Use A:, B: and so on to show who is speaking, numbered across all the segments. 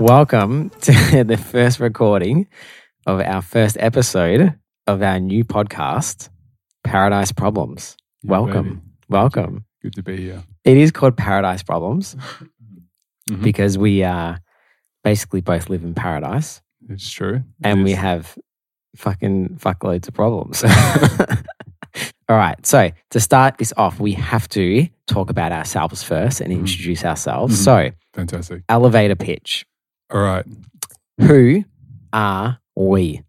A: Welcome to the first recording of our first episode of our new podcast, Paradise Problems.
B: Yeah,
A: Welcome.
B: baby.
A: Welcome.
B: Good to be here.
A: It is called Paradise Problems
B: Mhm.
A: because we uh, basically both live in paradise
B: It's true. It
A: and we
B: is.
A: have fucking fuckloads of problems. All right. So to start this off, we have to talk about ourselves first and
B: Mhm.
A: introduce ourselves.
B: Mhm.
A: So,
B: fantastic.
A: elevator pitch.
B: All right,
A: Who are we?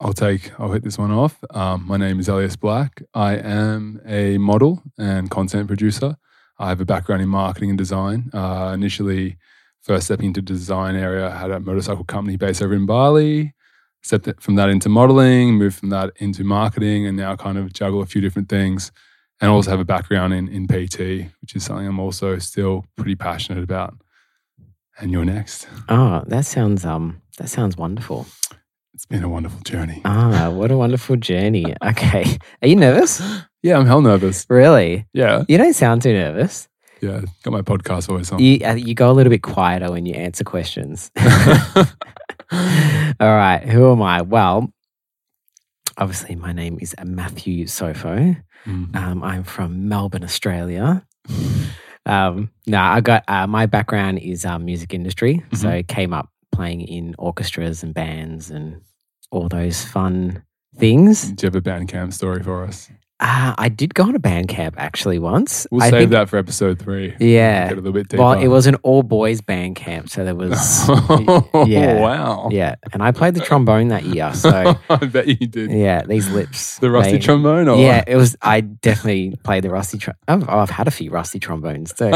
B: I'll take. I'll hit this one off. Um, my name is Elias Black. I am a model and content producer. I have a background in marketing and design. Uh, initially, first stepping into design area, I had a motorcycle company based over in Bali. Stepped it- from that into modeling, moved from that into marketing, and now kind of juggle a few different things. And also have a background in in PT, which is something I'm also still pretty passionate about. And you're next.
A: Oh, that sounds um that sounds wonderful.
B: It's been a wonderful journey.
A: Ah, what a wonderful journey. Okay. Are you nervous?
B: Yeah, I'm hell nervous.
A: Really?
B: Yeah,
A: You don't sound too nervous.
B: yeah. Got my podcast voice on.
A: You uh, you go a little bit quieter when you answer questions. All right, who am I? Well, obviously my name is Matthew Sofo.
B: Mm.
A: Um, I'm from Melbourne, Australia. Um, no, I got uh, my background is um, music industry,
B: Mm-hmm.
A: so I came up playing in orchestras and bands and all those fun things.
B: Do you have a band cam story for us?
A: Uh, I did go on a band camp actually once.
B: We'll
A: I
B: save
A: think-
B: that for episode three.
A: Yeah.
B: Get a little bit deeper.
A: Well, it was an all boys band camp, so there was yeah.
B: Oh, wow.
A: yeah, and I played the trombone that year. So
B: I bet you did.
A: yeah, these lips,
B: The rusty
A: they-
B: trombone. Or
A: Yeah, it was. I definitely played the rusty. Tr- I've, I've had a few rusty trombones too.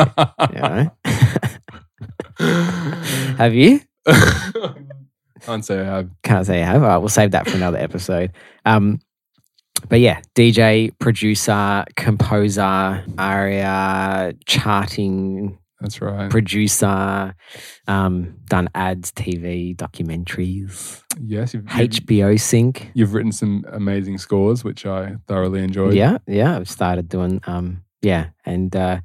A: you know? have you?
B: Can't say I have.
A: Can't say I have. All right, we'll save that for another episode. Um, but yeah, DJ, producer, composer, aria, charting
B: That's right.
A: producer, um, done ads, TV, documentaries,
B: Yes. You've, you've,
A: HBO sync.
B: you've written some amazing scores, which I thoroughly enjoyed.
A: Yeah, yeah. I've started doing um, yeah, and uh,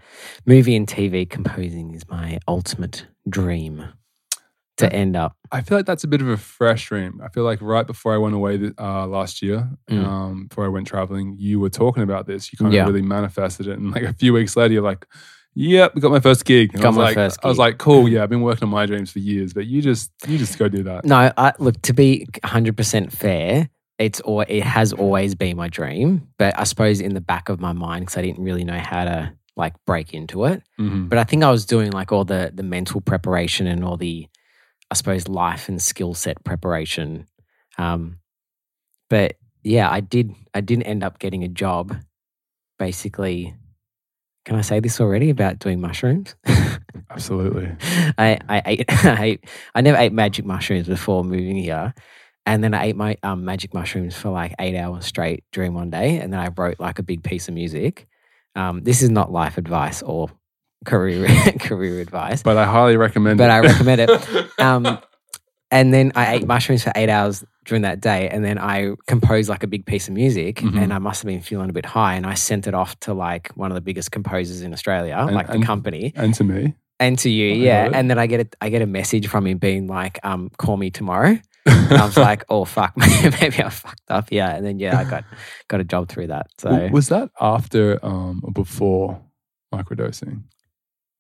A: movie and TV composing is my ultimate dream to end up.
B: I feel like that's a bit of a fresh dream. I feel like right before I went away th- uh, last year,
A: Mm.
B: um, before I went traveling, you were talking about this. You kind
A: Yeah.
B: of really manifested it, and like a few weeks later, you're like, "Yep, got my first gig." And
A: Got
B: I was
A: my
B: like,
A: first
B: I
A: gig.
B: was
A: Mm.
B: like, "Cool, yeah, I've been working on my dreams for years, but you just, you just go do that."
A: No, I, look to be hundred percent fair. It's or it has always been my dream, but I suppose in the back of my mind because I didn't really know how to like break into it.
B: Mhm.
A: But I think I was doing like all the the mental preparation and all the, I suppose, life and skill set preparation. Um, but yeah, I did. I did end up getting a job. Basically, can I say this already about doing mushrooms?
B: Absolutely.
A: I I ate, I ate I never ate magic mushrooms before moving here, and then I ate my um, magic mushrooms for like eight hours straight during one day, and then I wrote like a big piece of music. Um, this is not life advice or career career advice,
B: But I highly recommend.
A: But
B: it.
A: I recommend it. Um, and then I ate mushrooms for eight hours during that day, and then I composed like a big piece of music,
B: Mhm.
A: and I must have been feeling a bit high, and I sent it off to like one of the biggest composers in Australia,
B: And-
A: like the
B: and-
A: company.
B: and to me,
A: And to you,
B: I
A: yeah.
B: know it.
A: And then I get a I get a message from him being like, um, call me tomorrow. And I was like, oh fuck, maybe I fucked up. Yeah. And then yeah, I got got a job through that. So
B: W- was that after um, or before microdosing?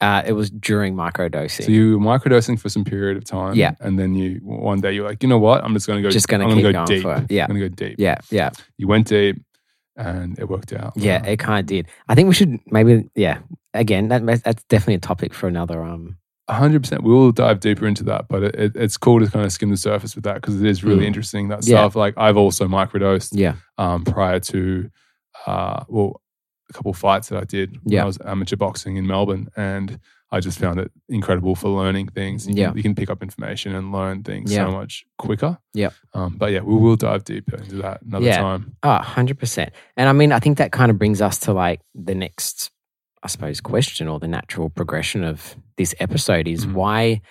A: uh, it was during microdosing.
B: So you were microdosing for some period of time,
A: Yeah.
B: and then you one day you're like, you know what? I'm just going to go.
A: Just gonna
B: I'm
A: keep
B: go
A: going
B: deep.
A: for it. Yeah.
B: I'm going to go deep.
A: yeah, yeah,
B: You went deep, and it worked out.
A: yeah. It kind of did. I think we should maybe yeah. Again, that that's definitely a topic for another. Um,
B: hundred percent. We will dive deeper into that, but it, it, it's cool to kind of skim the surface with that because it is really
A: Mm.
B: interesting that
A: Yeah.
B: stuff. Like I've also microdosed
A: yeah,
B: um, prior to, uh, well, a couple fights that I did when
A: Yeah.
B: I was amateur boxing in Melbourne, and I just found it incredible for learning things. You,
A: Yeah.
B: can, you can pick up information and learn things
A: Yeah.
B: so much quicker.
A: Yeah.
B: Um, but yeah, we will dive deeper into that another
A: Yeah.
B: time.
A: oh, 100 percent. And I mean, I think that kind of brings us to like the next, I suppose, question or the natural progression of this episode is
B: Mhm.
A: why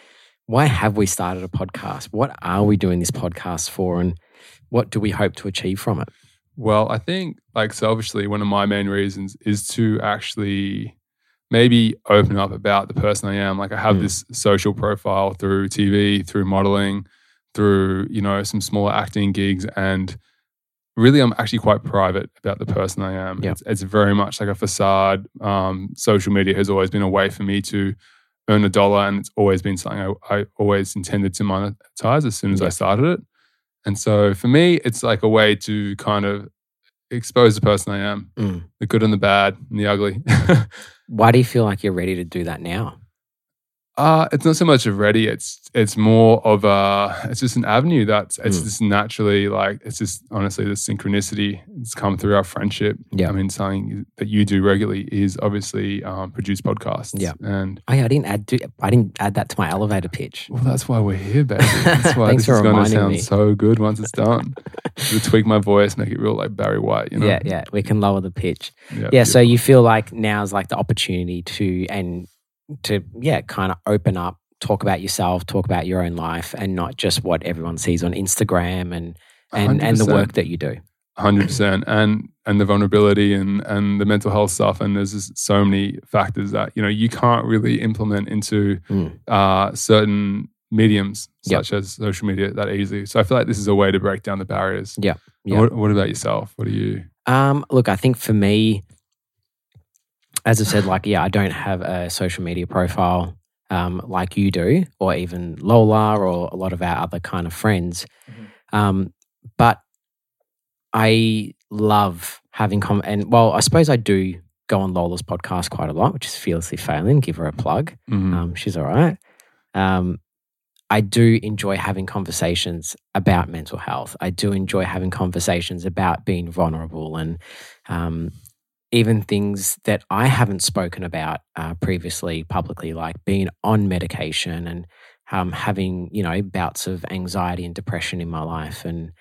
A: why have we started a podcast? What are we doing this podcast for? And what do we hope to achieve from it?
B: Well, I think like selfishly, one of my main reasons is to actually maybe open up about the person I am. Like I have
A: Mm.
B: this social profile through TV, through modeling, through, you know, some smaller acting gigs. And really, I'm actually quite private about the person I am.
A: Yeah.
B: It's, it's very much like a facade. Um, social media has always been a way for me to earn a dollar. And it's always been something I, I always intended to monetize as soon as I
A: Yeah.
B: started it. And so for me, it's like a way to kind of expose the person I am,
A: Mm.
B: the good and the bad and the ugly.
A: Why do you feel like you're ready to do that now?
B: Uh, it's not so much of ready. It's it's more of a. It's just an avenue that's. It's
A: Mm.
B: just naturally like. It's just honestly the synchronicity. It's come through our friendship.
A: Yeah.
B: I mean, something that you do regularly is obviously um, produce podcasts.
A: Yeah.
B: And
A: Oh yeah, I didn't add to, I didn't add that to my elevator pitch.
B: well, that's why we're here, baby. That's why
A: Thanks
B: this is
A: for
B: going to
A: reminding
B: sound
A: me.
B: so good once it's done. you tweak my voice, make it real like Barry White. You know.
A: Yeah, yeah, we can lower the pitch.
B: Yeah.
A: yeah, so you feel like now's like the opportunity to and to yeah, kind of open up, talk about yourself, talk about your own life, and not just what everyone sees on Instagram and and, and the
B: 100%.
A: work that you do.
B: hundred percent, and and the vulnerability and and the mental health stuff, and there's just so many factors that you know you can't really implement into
A: Mm.
B: uh, certain mediums
A: Yep.
B: such as social media that easily. So I feel like this is a way to break down the barriers.
A: Yeah.
B: And
A: Yeah.
B: What, what about yourself? What are you?
A: Um, look, I think for me, as I've said, like, yeah, I don't have a social media profile um, like you do, or even Lola, or a lot of our other kind of friends. Um, but I love having com and well, I suppose I do go on Lola's podcast quite a lot, which is fearlessly failing. Give her a plug.
B: Mhm.
A: Um, she's all right. Um, I do enjoy having conversations about mental health. I do enjoy having conversations about being vulnerable and um, even things that I haven't spoken about uh, previously publicly, like being on medication and um, having you know bouts of anxiety and depression in my life, and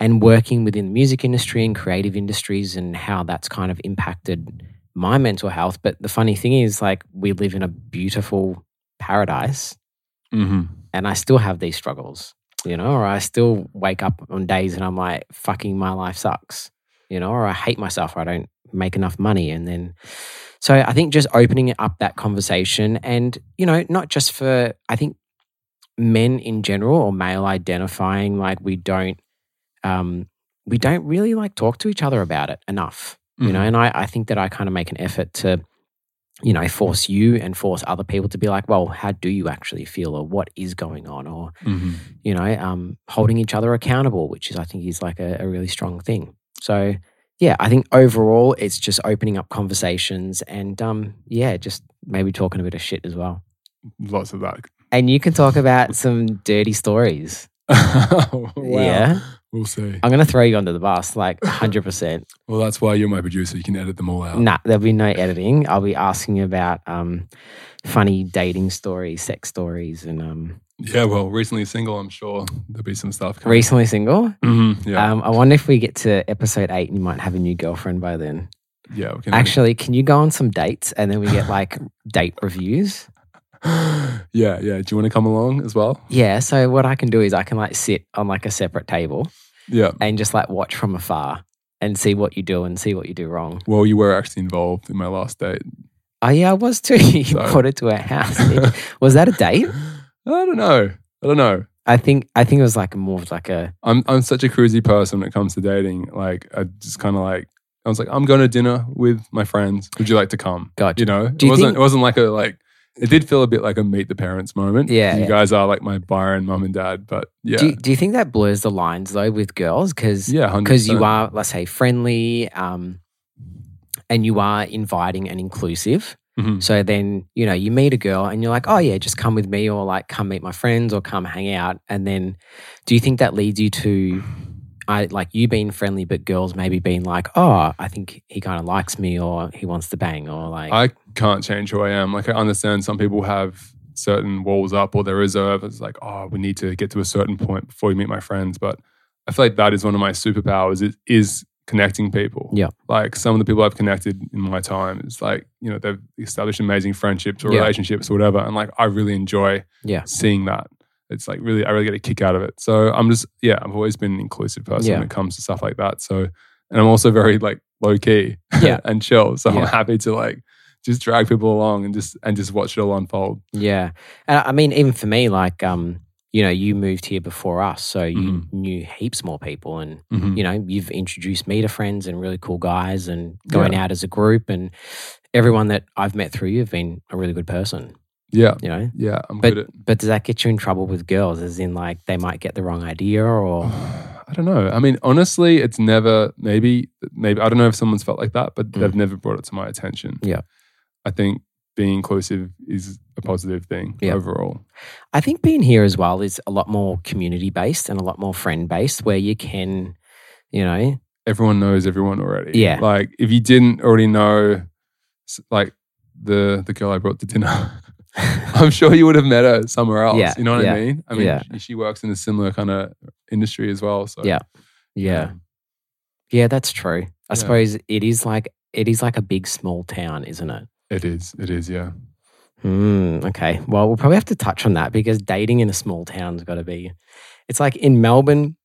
A: and working within the music industry and creative industries, and how that's kind of impacted my mental health. But the funny thing is, like we live in a beautiful paradise
B: Mhm.
A: and I still have these struggles, you know, or I still wake up on days and I'm like, fucking my life sucks, you know, or I hate myself or I don't make enough money. And then, so I think just opening up that conversation and, you know, not just for, I think men in general or male identifying, like we don't, um, we don't really like talk to each other about it enough you know
B: Mhm.
A: and I, I think that i kind of make an effort to you know force you and force other people to be like well how do you actually feel or what is going on or
B: Mhm.
A: you know um, holding each other accountable which is i think is like a, a really strong thing so yeah i think overall it's just opening up conversations and um, yeah just maybe talking a bit of shit as well
B: Lots of that.
A: and you can talk about some dirty stories
B: Wow.
A: yeah
B: We'll see.
A: i'm going to throw you under the bus like 100%
B: Well, that's why you're my producer. You can edit them all out.
A: Nah, there'll be no editing. I'll be asking you about um, funny dating stories, sex stories, and um,
B: Yeah. Well, recently single, I'm sure there'll be some stuff. Coming.
A: recently single.
B: Mhm. Yeah.
A: Um, I wonder if we get to episode eight and you might have a new girlfriend by then.
B: yeah. We can edit
A: Actually, can you go on some dates and then we get like date reviews?
B: yeah, yeah. Do you want to come along as well?
A: Yeah. So what I can do is I can like sit on like a separate table
B: Yeah.
A: and just like watch from afar and see what you do and see what you do wrong.
B: Well, you were actually involved in my last date.
A: Oh yeah, I was too. you
B: So-
A: brought it to her house.
B: I
A: was that a date?
B: don't know. I don't know.
A: I think I think it was like more of like a
B: I'm I'm such a cruisy person when it comes to dating. Like I just kind of like I was like I'm going to dinner with my friends. Would you like to come?
A: Gotcha.
B: You know, it
A: you
B: wasn't
A: think-
B: it wasn't like a like it did feel a bit like a meet the parents moment.
A: Yeah,
B: you
A: yeah.
B: guys are like my Byron mum and dad, but yeah,
A: Do you, do you think that blurs the lines though with girls because
B: yeah,
A: because you
B: 100%.
A: are let's say friendly um, and you are inviting and inclusive.
B: Mhm.
A: So then you know you meet a girl and you're like, oh yeah, just come with me or like come meet my friends or come hang out. And then do you think that leads you to I like you being friendly, but girls maybe being like, oh, I think he kind of likes me or he wants to bang or like
B: I can't change who I am. Like I understand some people have certain walls up or they're reserved. It's like, oh, we need to get to a certain point before we meet my friends. But I feel like that is one of my superpowers. It is connecting people.
A: Yeah.
B: Like some of the people I've connected in my time, it's like, you know, they've established amazing friendships or
A: Yeah.
B: relationships or whatever. And like I really enjoy
A: Yeah.
B: seeing that. It's like really I really get a kick out of it. So I'm just yeah, I've always been an inclusive person
A: Yeah.
B: when it comes to stuff like that. So and I'm also very like low key
A: Yeah.
B: and chill. So
A: Yeah.
B: I'm happy to like just drag people along and just and just watch it all unfold.
A: Yeah. And I I mean, even for me, like, um, you know, you moved here before us, so you
B: Mhm.
A: knew heaps more people, and
B: Mhm.
A: you know, you've introduced me to friends and really cool guys, and going out as a group, and everyone that I've met through you have been a really good person.
B: Yeah,
A: You know,
B: yeah, I'm
A: but
B: good at.
A: but does that get you in trouble with girls? As in, like, they might get the wrong idea, or
B: Oh. I don't know. I mean, honestly, it's never maybe maybe I don't know if someone's felt like that, but they've never brought it to my attention.
A: Mm. Yeah.
B: I think being inclusive is a positive thing
A: Yeah.
B: overall.
A: I think being here as well is a lot more community based and a lot more friend based, where you can, you know,
B: Everyone knows everyone already.
A: Yeah.
B: Like if you didn't already know, s- like the the girl I brought to dinner, I'm sure you would have met her somewhere else.
A: Yeah,
B: You know what
A: yeah,
B: I mean? I mean,
A: yeah.
B: she, she works in a similar kind of industry as well. So
A: Yeah. yeah. Yeah, that's true. I
B: Yeah.
A: suppose it is like it is like a big small town, isn't it?
B: it is. It is. Yeah.
A: Mm, okay. Well, we'll probably have to touch on that because dating in a small town's got to be. It's like in Melbourne.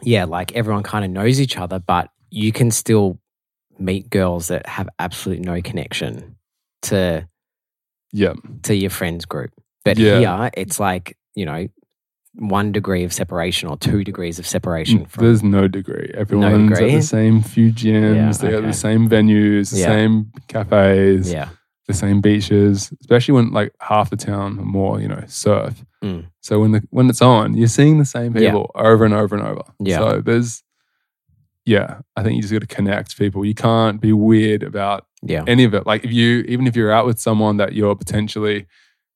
A: Yeah, like everyone kind of knows each other, but you can still meet girls that have absolutely no connection to
B: Yeah.
A: to your friends group. But
B: Yeah.
A: here, it's like you know, one degree of separation or two degrees of separation
B: Mm,
A: from.
B: There's no degree. Everyone's at
A: degree?
B: the same few gyms.
A: Yeah,
B: they got
A: okay.
B: the same venues, the
A: Yeah.
B: same cafes,
A: yeah,
B: the same beaches. Especially when like half the town or more, you know, surf.
A: Mm.
B: So when the when it's on, you're seeing the same
A: Yeah.
B: people over and over and over.
A: Yeah.
B: So there's, yeah, I think you just got to connect people. You can't be weird about
A: yeah,
B: any of it. Like if you, even if you're out with someone that you're potentially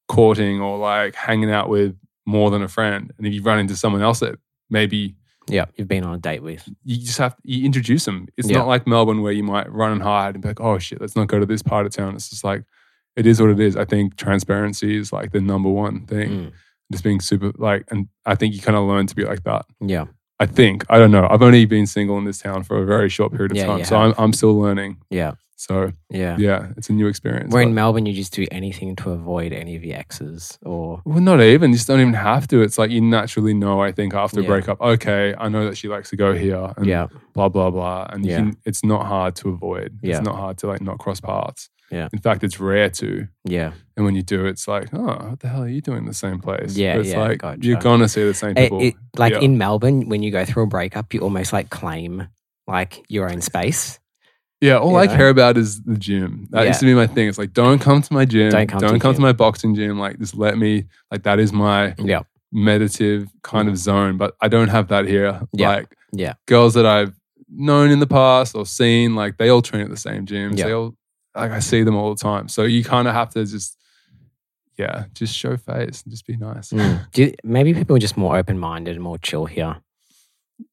B: courting or like hanging out with more than a friend, and if you run into someone else that maybe
A: yeah. You've been on a date with.
B: you just have you introduce them. It's
A: Yeah.
B: not like Melbourne where you might run and hide and be like, oh shit, let's not go to this part of town. It's just like it is what it is. I think transparency is like the number one thing.
A: Mm,
B: Just being super like, and I think you kind of learn to be like that.
A: yeah,
B: I think I don't know. I've only been single in this town for a very short period of
A: Yeah, you
B: time, so
A: have.
B: I'm, I'm still learning.
A: yeah,
B: So
A: yeah.
B: yeah, it's a new experience.
A: Where in
B: but-
A: Melbourne, you just do anything to avoid any of your exes, or
B: well, not even. You just don't even have to. It's like you naturally know. I think after
A: Yeah.
B: a breakup, okay, I know that she likes to go here. And
A: yeah,
B: blah blah blah and
A: Yeah.
B: you can, it's not hard to avoid
A: Yeah.
B: it's not hard to like not cross paths
A: Yeah.
B: in fact it's rare to
A: yeah.
B: and when you do it's like oh what the hell are you doing in the same place
A: Yeah,
B: But it's
A: yeah,
B: like
A: gotcha.
B: you're gonna see the same
A: It-
B: people
A: it- like
B: Yeah.
A: in Melbourne, when you go through a breakup, you almost like claim like your own space.
B: yeah all
A: you
B: i
A: know?
B: care about is the gym that
A: Yeah.
B: used to be my thing it's like don't come to my gym
A: Don't come to
B: don't come
A: gym.
B: to my boxing gym like just let me like that is my
A: Yeah,
B: meditative kind of zone, but I don't have that here.
A: Mm. Yeah.
B: Like,
A: Yeah.
B: girls that I've known in the past or seen, like they all train at the same gyms.
A: Yeah.
B: They all like I see them all the time. So you kind of have to just, yeah, just show face and just be nice.
A: Mm. Do you- maybe people are just more open minded and more chill here.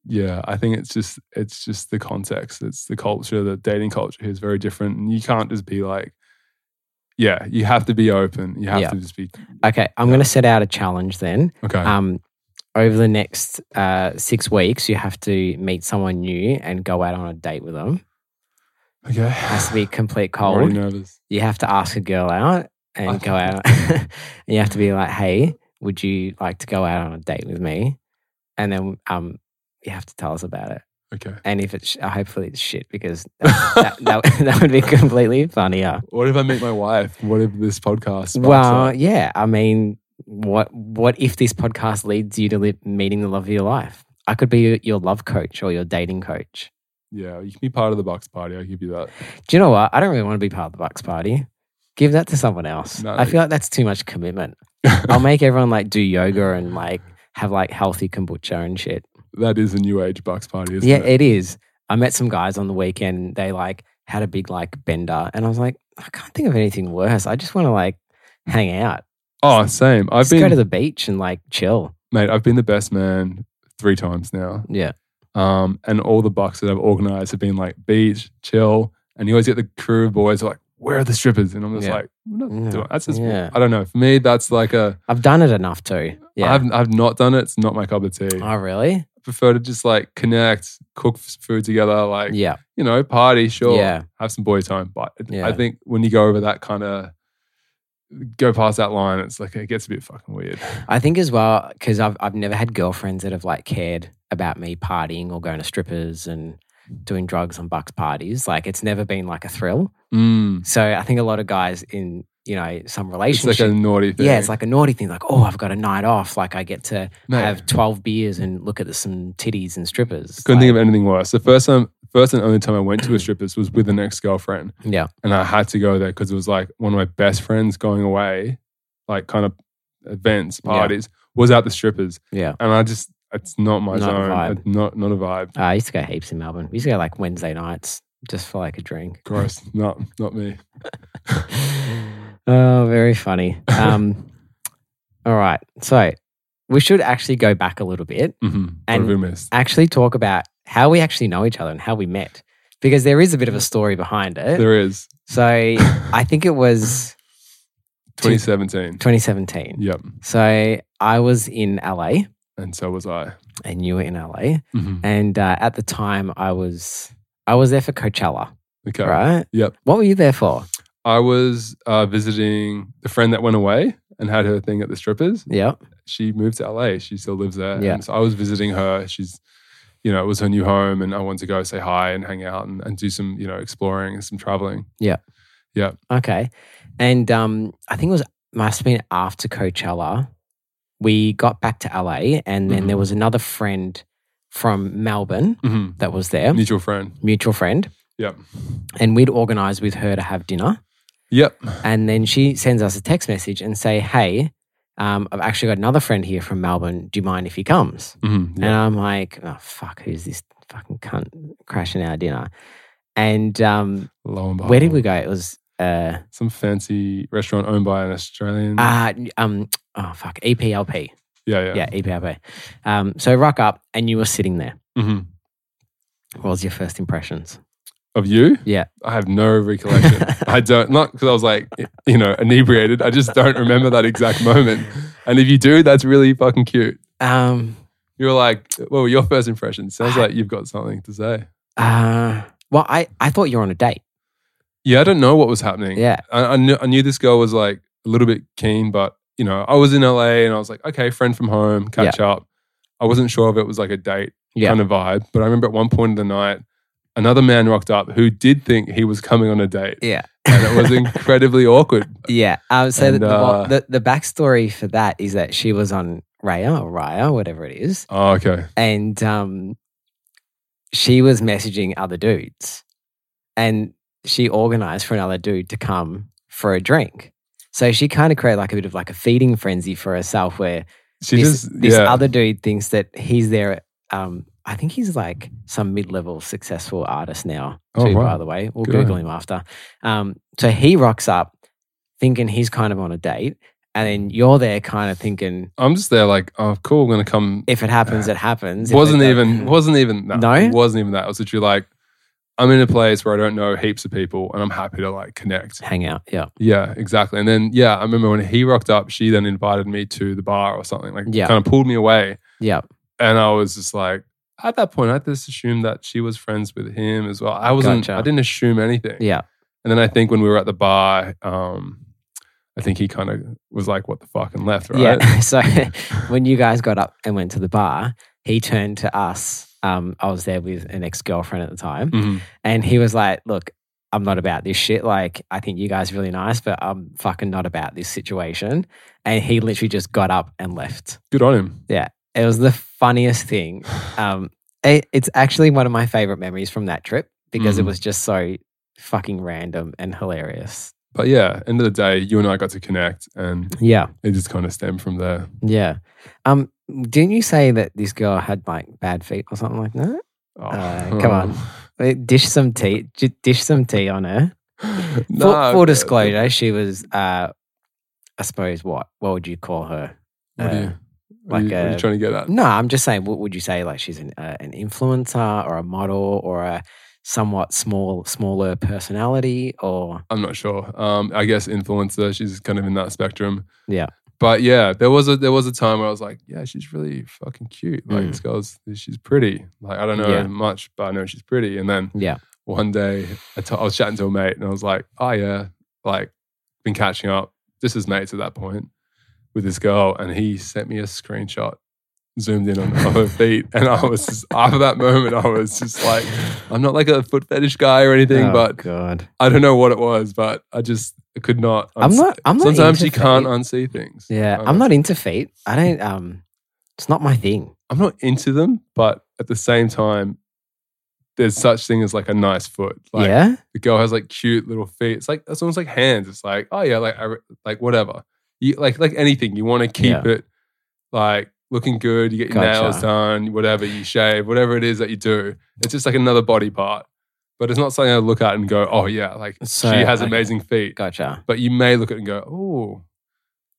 B: Yeah, I think it's just it's just the context. It's the culture. The dating culture here is very different, and you can't just be like, yeah, you have to be open. You have
A: Yeah.
B: to just be
A: Okay, I'm going to set out a challenge then.
B: okay.
A: Um, over the next uh, six weeks, you have to meet someone new and go out on a date with them.
B: okay,
A: Has to be complete
B: I'm already
A: cold.
B: nervous.
A: you have to ask a girl out and
B: I
A: go out. and you have to be like, "Hey, would you like to go out on a date with me?" And then um, you have to tell us about it.
B: Okay.
A: And if it's uh, hopefully it's shit because that, that, that would be completely funnier.
B: What if I meet my wife? What if this podcast? sparks
A: Well,
B: that?
A: yeah. I mean, what what if this podcast leads you to li- meeting the love of your life? I could be your, your love coach or your dating coach.
B: yeah, you can be part of the box party. I'll give you that.
A: Do you know what? I don't really want to be part of the Bucks party. Give that to someone else.
B: No.
A: I feel like that's too much commitment. I'll make everyone like do yoga and like have like healthy kombucha and shit.
B: That is a new age box party, isn't
A: yeah,
B: it?
A: it is. I met some guys on the weekend. They like had a big like bender, and I was like, I can't think of anything worse. I just want to like hang out,
B: Oh, same. I've
A: just go
B: been
A: to the beach and like chill.
B: mate. I've been the best man three times now,
A: Yeah,
B: um, and all the bucks that I've organised have been like beach, chill, and you always get the crew of boys who are like, "Where are the strippers?" And I'm just
A: Yeah.
B: like, "I'm not
A: Yeah.
B: doing- "That's just
A: Yeah.
B: I don't know." For me, that's like a
A: I've done it enough too. Yeah.
B: have I've not done it. It's not my cup of tea. I
A: oh really?
B: prefer to just like connect, cook f- food together, like
A: Yeah.
B: you know, party, sure.
A: Yeah.
B: Have some boy time. But
A: Yeah.
B: I think when you go over that kind of go past that line, it's like it gets a bit fucking weird.
A: I think as well because I've I've never had girlfriends that have like cared about me partying or going to strippers and doing drugs on bucks parties. Like it's never been like a thrill.
B: Mm.
A: So I think a lot of guys in, you know, some
B: It's like
A: relationship.
B: a naughty thing.
A: yeah, it's like a naughty thing. Like, oh, I've got a night off. Like, I get to
B: Mate,
A: have 12 beers and look at some titties and strippers.
B: couldn't think of
A: Like,
B: anything worse. The first time, first and only time I went to a stripper's was with an ex girlfriend,
A: Yeah.
B: and I had to go there because it was like one of my best friends going away, like kind of events
A: Yeah.
B: parties was at the strippers,
A: Yeah.
B: and I just it's not my
A: Not a
B: zone.
A: vibe.
B: It's Not not a vibe.
A: Uh, I used to go heaps in Melbourne. We used to go like Wednesday nights just for like a drink.
B: Gross. not not me.
A: oh, very funny. Um, all right. So we should actually go back a little bit,
B: Mm-hmm.
A: And-
B: what have we missed?
A: actually talk about how we actually know each other and how we met, because there is a bit of a story behind it.
B: There is
A: So I think it was
B: 2017.
A: 2017.
B: Yep,
A: So I was in LA
B: and so was I.
A: and you were in LA.
B: Mhm.
A: And uh, at the time I was, I was there for Coachella,
B: Okay,
A: right?
B: Yep.
A: What were you there for?
B: I was uh, visiting the friend that went away and had her thing at the strippers.
A: Yeah.
B: She moved to LA. She still lives there.
A: Yeah.
B: And so I was visiting her. She's, you know, it was her new home, and I wanted to go say hi and hang out and, and do some, you know, exploring and some traveling.
A: Okay. And um, I think it was must have been after Coachella. We got back to LA and then
B: Mhm.
A: there was another friend from Melbourne
B: Mm-hmm.
A: that was there,
B: Mutual friend.
A: mutual friend.
B: Yep.
A: And we'd organized with her to have dinner.
B: Yep.
A: And then she sends us a text message and say, Hey, um, I've actually got another friend here from Melbourne. Do you mind if he comes?
B: Mm-hmm.
A: And I'm like, Oh fuck, who's this fucking cunt crashing our dinner? And um,
B: Lo and behold,
A: where did we go? It was uh
B: Some fancy restaurant owned by an Australian.
A: Uh, um, oh fuck, EPLP.
B: yeah, yeah.
A: Yeah, E EPLP. Um, so rock up, and you were sitting there.
B: hmm
A: What was your first impressions?
B: Of you?
A: Yeah.
B: I have no recollection. I don't, not because I was like, you know, inebriated. I just don't remember that exact moment. And if you do, that's really fucking cute.
A: um,
B: You were like, well, your first impression sounds
A: I-
B: like you've got something to say.
A: uh, well, I I thought you were on a date.
B: Yeah, I don't know what was happening.
A: Yeah,
B: I, I, knew, I knew this girl was like a little bit keen, but, you know, I was in LA and I was like, okay, friend from home, catch up. I wasn't sure if it was like a date
A: yeah,
B: kind of vibe, but I remember at one point of the night, another man rocked up who did think he was coming on a date.
A: yeah,
B: And it was incredibly awkward.
A: yeah. Um, so
B: And,
A: the,
B: uh,
A: the the backstory for that is that she was on Raya or Raya, whatever it is,
B: Oh, okay.
A: and um, she was messaging other dudes, and she organized for another dude to come for a drink. So she kind of created like a bit of like a feeding frenzy for herself, where
B: She
A: this,
B: just,
A: this
B: yeah.
A: other dude thinks that he's there. Um, I think he's like some mid-level successful artist now.
B: Oh,
A: too,
B: wow.
A: by the way, we'll
B: Good
A: Google him after. Um, so he rocks up thinking he's kind of on a date, and then you're there kind of thinking,
B: I'm just there like, oh, cool, I'm going to come.
A: if it happens, it happens. If it
B: Uh, wasn't
A: don't-
B: even, wasn't even that.
A: No?
B: It wasn't even that. It was literally like, I'm in a place where I don't know heaps of people and I'm happy to like connect.
A: hang out. Yeah,
B: Yeah, exactly. And then, yeah, I remember when he rocked up, she then invited me to the bar or something, like
A: Yeah.
B: kind of pulled me away.
A: yeah.
B: And I was just like, at that point, I just assumed that she was friends with him as well. I wasn't,
A: Gotcha.
B: I didn't assume anything.
A: Yeah.
B: And then I think when we were at the bar, um, I think he kind of was like, what the fuck, and left, right?
A: Yeah. So when you guys got up and went to the bar, he turned to us. Um, I was there with an ex girlfriend at the time,
B: Mhm.
A: and he was like, "Look, I'm not about this shit. Like, I think you guys are really nice, but I'm fucking not about this situation." And he literally just got up and left.
B: Good on him.
A: It was the funniest thing. Um, it, it's actually one of my favorite memories from that trip because it
B: Mhm.
A: was just so fucking random and hilarious.
B: But yeah, end of the day, you and I got to connect and
A: Yeah.
B: it just kind of stemmed from there.
A: Yeah. Um, didn't you say that this girl had like bad feet or something like that?
B: Oh.
A: Uh, come on. They Dish some tea, j- dish some tea on her. Full,
B: Nah,
A: full
B: uh,
A: disclosure, she was, uh, I suppose, what? What would you call her?
B: What are
A: Uh,
B: you, what are
A: like
B: you- what are you
A: a-
B: trying to get at?
A: No, I'm just saying. What would you say? Like she's an uh, an influencer or a model or a somewhat small smaller personality or
B: I'm not sure. Um, I guess influencer. She's kind of in that spectrum.
A: Yeah.
B: But yeah, there was a there was a time where I was like, yeah, she's really fucking cute. Like
A: Mm.
B: this girl's she's pretty. Like I don't know
A: Yeah.
B: much, but I know she's pretty. And then
A: yeah,
B: one day I, t- I was chatting to a mate and I was like, oh yeah, like been catching up. This is mates at that point with this girl, and he sent me a screenshot zoomed in on, on her feet, and I was just, after that moment, I was just like, I'm not like a foot fetish guy or anything,
A: oh,
B: but
A: God.
B: I don't know what it was, but I just could not.
A: I'm
B: uns-
A: not- I'm not
B: Sometimes
A: into
B: you can't oh,
A: feet.
B: unsee things.
A: Yeah,
B: I
A: I'm
B: know.
A: not into feet. I don't. Um, it's not my thing.
B: I'm not into them, but at the same time, there's such thing as like a nice foot. Like
A: yeah,
B: the girl has like cute little feet. It's like it's almost like hands. It's like oh yeah, like I, re- like whatever. You like like anything. You want to keep
A: Yeah.
B: it like looking good. You get your
A: Gotcha.
B: nails done. Whatever you shave, whatever it is that you do, it's just like another body part. But it's not something I look at and go, oh yeah, like
A: So,
B: she has
A: okay.
B: amazing feet.
A: gotcha.
B: But you may look at it and go, oh,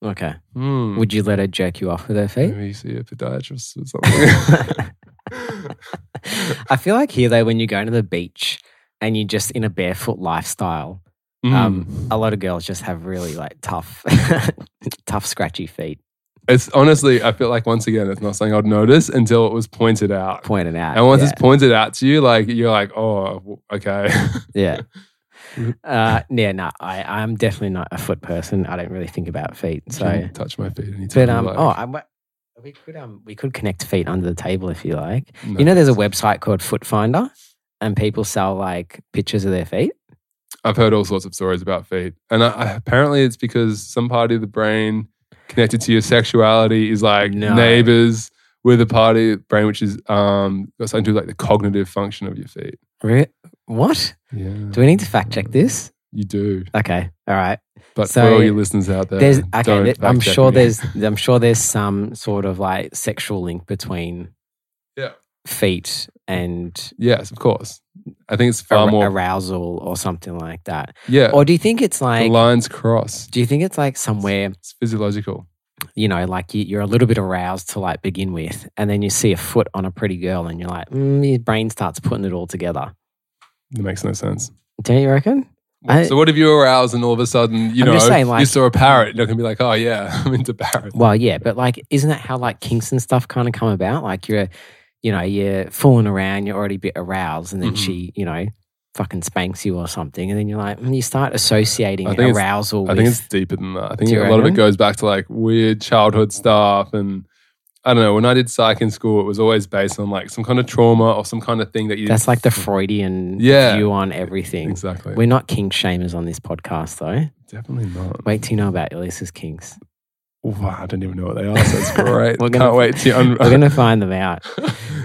A: Okay.
B: hmm,
A: Would you let her jerk you off with her feet?
B: maybe you see a podiatrist or something.
A: I feel like here though, when you go to the beach and you're just in a barefoot lifestyle,
B: um,
A: um, a lot of girls just have really like tough, tough scratchy feet.
B: it's honestly, I feel like once again, it's not something I'd notice until it was pointed out.
A: Pointed out.
B: And once
A: Uh, yeah,
B: it's pointed out to you, like you're like, oh, w- okay.
A: yeah. Uh, yeah, no, I, I'm definitely not a foot person. I don't really think about feet.
B: You
A: So,
B: can touch my feet anytime.
A: But
B: you
A: um,
B: like.
A: oh, I, wa- we could um, we could connect feet under the table if you like.
B: No.
A: You know, there's a website called Foot Finder, and people sell like pictures of their feet.
B: I've heard all sorts of stories about feet, and I, I, apparently it's because some part of the brain connected to your sexuality is like
A: No.
B: neighbors with a part of the brain which is um got something to do with like the cognitive function of your feet.
A: Re- what?
B: Yeah,
A: Do we need to fact check this?
B: you do.
A: Okay, all right.
B: But for
A: So,
B: all your listeners out there,
A: There's okay.
B: don't
A: there- I'm
B: fact-check
A: sure
B: me.
A: there's I'm sure there's some sort of like sexual link between
B: Yeah.
A: feet and
B: yes, of course. I think it's far
A: ar-
B: more
A: arousal or something like that.
B: yeah.
A: Or do you think it's
B: the
A: like?
B: lines cross.
A: Do you think it's like somewhere
B: It's physiological.
A: you know, like you, you're a little bit aroused to like begin with, and then you see a foot on a pretty girl, and you're like, mm, your brain starts putting it all together.
B: That makes no sense.
A: Don't you reckon? I-
B: so what if you were aroused and all of a sudden you
A: I'm
B: know
A: just saying, like-
B: you saw a parrot? You're not gonna be like, oh yeah, I'm into parrots.
A: Well, yeah, but like, isn't that how like kinks and stuff kind of come about? Like you're, you know, you're fooling around, you're already a bit aroused, and then
B: Mhm.
A: she, you know, fucking spanks you or something, and then you're like, mm, you start associating
B: I think it's-
A: arousal
B: I
A: with.
B: think it's deeper than that. I think
A: Do you
B: a lot of it
A: reckon?
B: goes back to like weird childhood stuff and. I don't know. When I did psych in school, it was always based on like some kind of trauma or some kind of thing that you.
A: that's like the Freudian
B: Yeah.
A: view on everything.
B: exactly.
A: We're not kink shamers on this podcast, though.
B: Definitely not.
A: Wait till you know about Elisa's kinks.
B: Wow, I don't even know what they are. So that's great.
A: We're
B: Can't
A: gonna-
B: wait to. Un-
A: We're gonna find them out.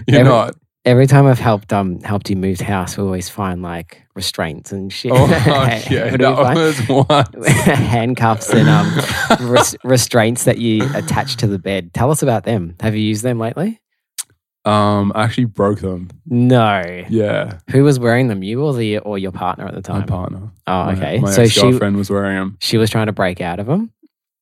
B: You're
A: every-
B: not.
A: Every time I've helped um helped you move house, we always find like restraints and shit.
B: Oh,
A: What do
B: yeah.
A: we
B: That
A: find?
B: was one.
A: Handcuffs and um res- restraints that you attach to the bed. Tell us about them. Have you used them lately?
B: Um, I actually broke them.
A: No.
B: Yeah,
A: Who was wearing them? You or the or your partner at the
B: my
A: time?
B: partner.
A: oh,
B: My-
A: okay.
B: My,
A: so she
B: ex-girlfriend was wearing them.
A: she was trying to break out of them.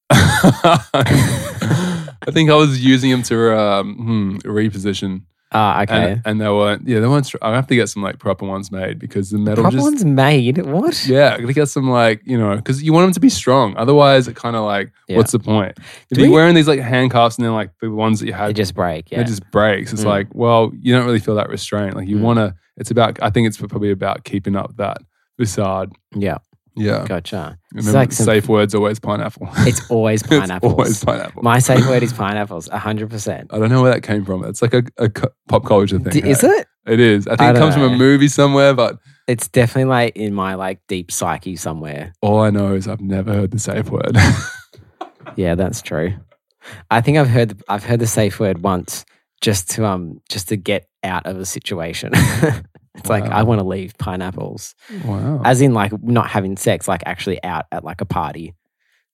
B: I think I was using them to um, hmm, reposition,
A: Ah, okay.
B: and, and they weren't. Yeah, they weren't. str- I have to get some like proper ones made because the metal
A: Proper
B: just.
A: ones made. What?
B: Yeah, I gotta get some like you know because you want them to be strong. Otherwise, it kind of like
A: Yeah.
B: what's the point? If
A: Do
B: you're
A: we-
B: wearing these like handcuffs and then like the ones that you
A: They
B: had,
A: just break. Yeah.
B: it just breaks. It's
A: Mm.
B: like well, you don't really feel that restraint. Like you
A: Mm.
B: want to. It's about. I think it's probably about keeping up that facade.
A: yeah.
B: Yeah.
A: Gotcha. It's
B: Remember,
A: like some-
B: safe words always pineapple.
A: It's always
B: It's
A: pineapples.
B: always pineapple.
A: My safe word is pineapples. hundred percent.
B: I don't know where that came from. It's like a, a cu- pop culture thing.
A: D- Is
B: hey?
A: it?
B: It is. I
A: I
B: think it
A: don't
B: comes from
A: know.
B: a movie somewhere, but
A: It's definitely like in my like deep psyche somewhere.
B: all I know is I've never heard the safe word.
A: Yeah, that's true. I think I've heard I've heard the safe word once just to um just to get out of a situation. it's like
B: Wow.
A: I want to leave pineapples.
B: wow.
A: As in like not having sex, like actually out at like a party.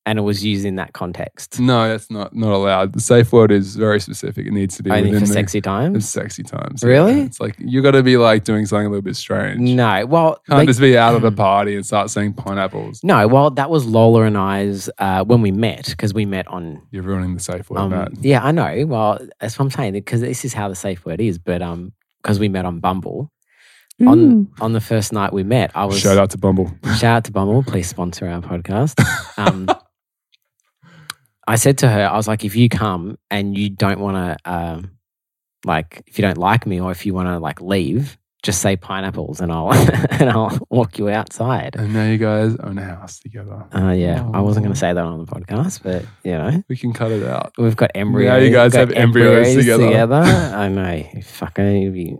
A: And it was used in that context.
B: no, that's not not allowed. The safe word is very specific. It needs to be
A: Only
B: within
A: for
B: the-
A: sexy
B: the
A: times.
B: sexy times.
A: Really?
B: It's like you got to be like doing something a little bit strange.
A: No. Well
B: Can't
A: they-
B: just be out at a party and start saying pineapples.
A: no, well that was Lola and I's uh, when we met, because we met on
B: You're ruining the safe word,
A: Um,
B: Matt.
A: yeah, I know. Well, that's what I'm saying because this is how the safe word is. But um, because we met on Bumble on on the first night we met, I was
B: Shout out to Bumble.
A: shout out to Bumble. Please sponsor our podcast. Um, I said to her, I was like, if you come and you don't want to, um, like, if you don't like me or if you want to like leave, just say pineapples and I'll and I'll walk you outside.
B: And now you guys own a house together.
A: Uh, yeah, I wasn't going
B: Oh.
A: to say that on the podcast, but you know,
B: We can cut it out.
A: we've got embryos.
B: you guys
A: we've got
B: have embryos together.
A: I know. Fucking you'd be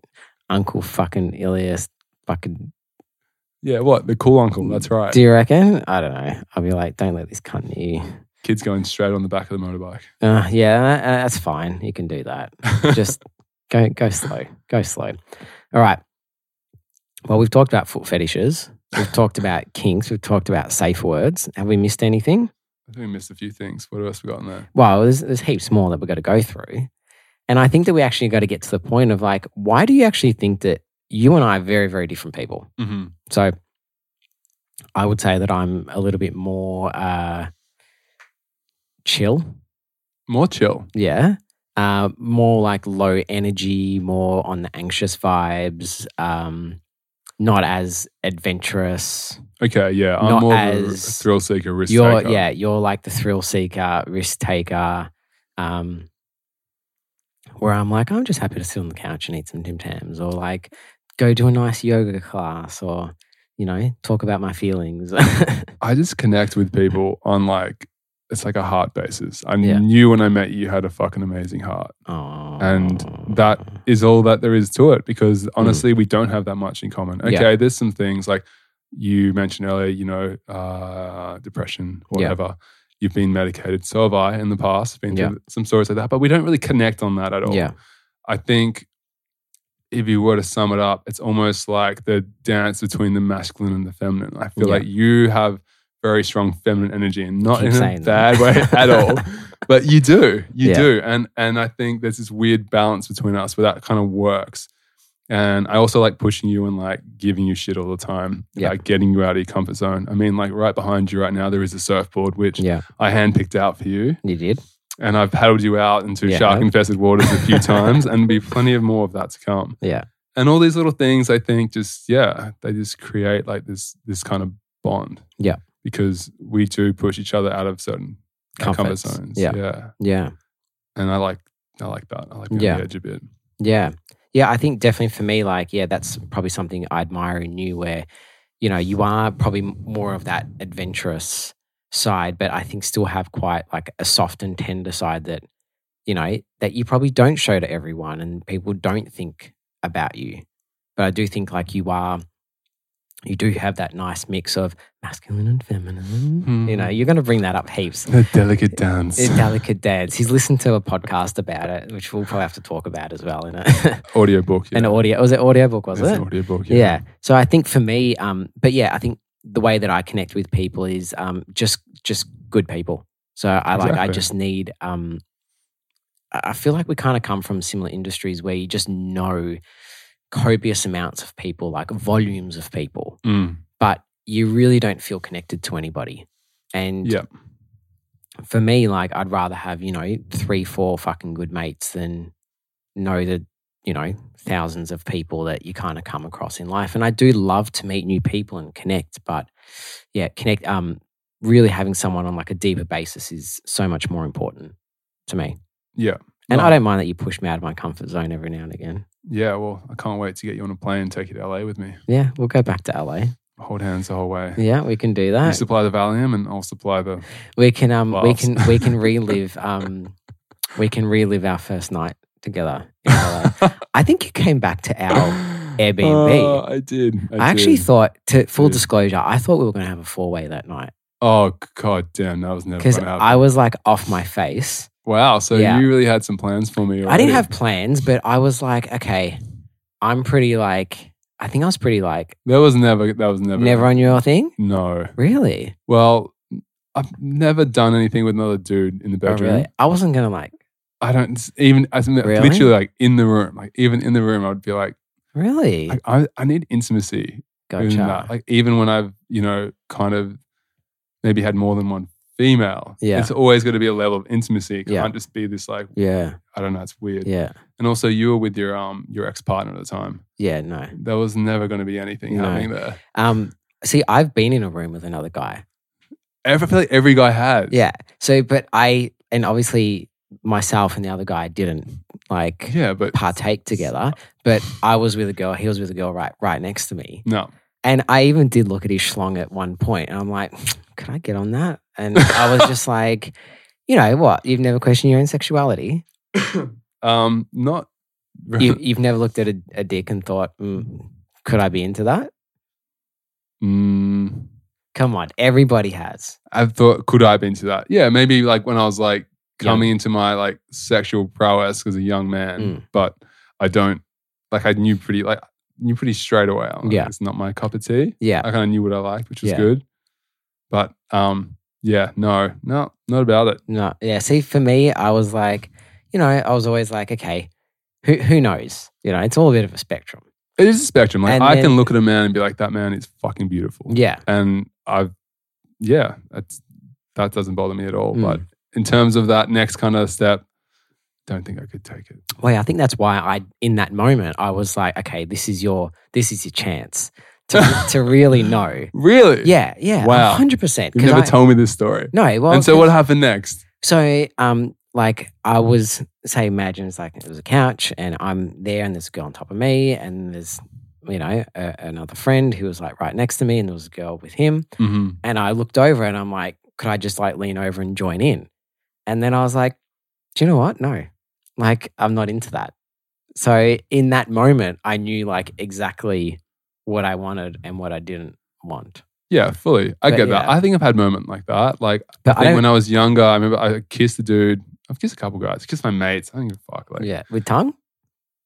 A: Uncle fucking Ilias. Fucking,
B: Yeah, what? The cool uncle. That's right.
A: do you reckon? I don't know. I'll be like, don't let this cunt near you.
B: Kids going straight on the back of the motorbike.
A: Uh, yeah, that- that's fine. You can do that. Just go, go slow. Go slow. All right. Well, we've talked about foot fetishes. We've talked about kinks. We've talked about safe words. Have we missed anything?
B: I think we missed a few things. What else we got in there?
A: well, there's, there's heaps more that we've got to go through. And I think that we actually got to get to the point of like, why do you actually think that you and I are very, very different people?
B: Mm-hmm.
A: So I would say that I'm a little bit more uh, chill.
B: More chill.
A: Yeah. Uh, more like low energy, more on the anxious vibes, um, not as adventurous.
B: Okay, yeah. I'm
A: Not
B: more of a
A: as-
B: thrill seeker, risk
A: you're
B: taker.
A: yeah you're like the thrill seeker risk taker um where i'm like i'm just happy to sit on the couch and eat some tim tams or like go to a nice yoga class or you know talk about my feelings
B: I just connect with people on like it's like a heart basis. I
A: Yeah.
B: knew when I met you, you had a fucking amazing heart.
A: oh
B: And that Is all that there is to it because honestly, we don't have that much in common. Okay,
A: Yeah.
B: there's some things like you mentioned earlier, you know, uh, depression,
A: Yeah.
B: whatever. You've been medicated, so have I in the past, been
A: Yeah.
B: through some stories like that, but we don't really connect on that at all.
A: yeah
B: I think if you were to sum it up, it's almost like the dance between the masculine and the feminine. I feel
A: Yeah.
B: like you have very strong feminine energy and not
A: Keep
B: in a
A: saying
B: bad
A: that.
B: way at all. But you do, you
A: Yeah.
B: do. And and I think there's this weird balance between us where that kind of works. And I also like pushing you and like giving you shit all the time,
A: Yeah.
B: like getting you out of your comfort zone. I mean, like right behind you right now, there is a surfboard, which
A: yeah
B: I handpicked out for you
A: you did
B: and I've paddled you out into
A: Yeah.
B: shark infested waters a few times, and there'll be plenty of more of that to come.
A: Yeah.
B: And all these little things, I think, just yeah, they just create like this this kind of bond.
A: Yeah.
B: Because we two push each other out of certain comfort, comfort
A: Comforts.
B: zones.
A: Yeah.
B: yeah.
A: yeah
B: And I like I like that. I like being on
A: Yeah.
B: the edge a bit.
A: Yeah. Yeah, I think definitely for me, like, yeah, that's probably something I admire in you where, you know, you are probably m- more of that adventurous side, but I think still have quite like a soft and tender side that, you know, that you probably don't show to everyone and people don't think about you. But I do think like you are, you do have that nice mix of masculine and feminine. You know,
B: Mhm.
A: you're going to bring that up heaps.
B: The delicate dance.
A: A delicate dance. He's listened to a podcast about it, which we'll probably have to talk about as well in a
B: audiobook. Yeah.
A: an audio was it audiobook was
B: It's
A: it
B: an audiobook.
A: yeah. so i think for me um but yeah i think the way that i connect with people is um just just good people so i like i
B: Exactly.
A: just need um i I feel like we kind of come from similar industries where you just know copious amounts of people like volumes of people
B: Mm.
A: but you really don't feel connected to anybody and
B: Yeah.
A: for me, like I'd rather have, you know, three, four fucking good mates than know the, you know, thousands of people that you kind of come across in life. And I do love to meet new people and connect, but yeah, connect um really having someone on like a deeper basis is so much more important to me.
B: Yeah.
A: And
B: No.
A: I don't mind that you push me out of my comfort zone every now and again.
B: Yeah, well, I can't wait to get you on a plane and take you to LA with me.
A: Yeah, we'll go back to LA.
B: Hold hands the whole way.
A: Yeah, we can do
B: You
A: that.
B: supply the Valium and I'll supply the
A: We can um we
B: Laughs.
A: can we can relive um we can relive our first night together in LA. I think you came back to our. Airbnb.
B: Oh, I did. Oh, I,
A: I actually
B: did.
A: thought, to full
B: did.
A: disclosure, I thought we were going to have a four way that night
B: Oh god damn, that was never
A: because
B: gonna happen.
A: I was like off my face.
B: wow, so
A: Yeah.
B: you really had some plans for
A: I
B: me.
A: didn't
B: already.
A: have plans, but I was like, okay, I'm pretty like, I think I was pretty like,
B: That was never. That was never.
A: never on your thing.
B: No.
A: Really?
B: Well, I've never done anything with another dude in the
A: Oh,
B: bedroom.
A: really? I wasn't going to like,
B: I don't s- even. I, think that
A: Really?
B: Literally, like in the room, like even in the room, I'd be like,
A: really?
B: I, I, I need intimacy in that.
A: Gotcha.
B: Like even when I've you know kind of maybe had more than one female.
A: Yeah.
B: It's always got to be a level of intimacy. It
A: Yeah.
B: can't just be this like
A: Yeah.
B: I don't know. It's weird.
A: Yeah.
B: And also, you were with your um your ex partner at the time.
A: Yeah. No.
B: There was never going to be anything
A: No.
B: happening there.
A: Um, see, I've been in a room with another guy.
B: Every, I feel like every guy has.
A: Yeah. So, but I, and obviously myself and the other guy didn't like
B: Yeah, but
A: partake together. But I was with a girl, he was with a girl right right next to me.
B: no.
A: And I even did look at his schlong at one point, and I'm like, could I get on that? And I was just like, you know what? You've never questioned your own sexuality.
B: Um, not
A: You, you've never looked at a, a dick and thought, mm, could I be into that?
B: Mm,
A: Come on, everybody has.
B: I've thought, could I have been to that? Yeah, maybe like when I was like coming into my like sexual prowess as a young man,
A: Mm.
B: but I don't like I knew pretty like knew pretty straight away. I'm like,
A: Yeah.
B: it's not my cup of tea.
A: Yeah.
B: I kind of knew what I liked, which was
A: Yeah.
B: good. But um, yeah, no, no, not about it.
A: No, yeah. See, for me, I was like, you know, I was always like, okay, who who knows? You know, it's all a bit of a spectrum.
B: It is a spectrum. Like
A: And
B: I
A: then-
B: can look at a man and be like, that man is fucking beautiful.
A: Yeah,
B: and I've yeah, that's that doesn't bother me at all.
A: Mm.
B: But in terms of that next kind of step, don't think I could take it.
A: well, yeah, I think that's why I, in that moment, I was like, okay, this is your this is your chance to to really know.
B: Really?
A: Yeah, yeah,
B: Wow.
A: hundred percent.
B: You've never told me this story.
A: No, well,
B: and so what
A: 'cause-
B: happened next?
A: So, um, like I was say, imagine it's like it was a couch, and I'm there, and there's a girl on top of me, and there's you know a, another friend who was like right next to me, and there was a girl with him.
B: Mm-hmm.
A: And I looked over and I'm like, could I just like lean over and join in? And then I was like, do you know what? No, like I'm not into that. So in that moment, I knew like exactly what I wanted and what I didn't want.
B: Yeah, fully. I
A: But
B: get that.
A: yeah.
B: I think I've had a moment like that. Like
A: But
B: I
A: I
B: think
A: don't,
B: when I was younger, I remember I kissed a dude. I've kissed a couple guys. Kissed my mates. I don't give a fuck. Like
A: yeah, with tongue.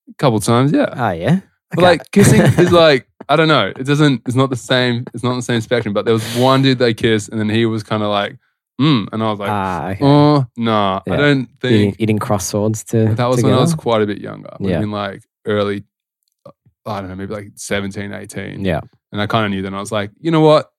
B: a couple times. Yeah.
A: Oh yeah,
B: But
A: Okay.
B: like kissing is like I don't know. It doesn't. It's not the same. It's not the same spectrum. But there was one dude they kissed, and then he was kind of like, mm, and I was like,
A: ah, okay.
B: oh no, I
A: Yeah.
B: don't
A: You
B: think
A: didn't- you didn't cross swords to
B: that was
A: together?
B: when I was quite a bit younger. I
A: Yeah.
B: mean, like early, I don't know, maybe like 17, 18.
A: yeah,
B: And I kind of knew then. I was like, you know what?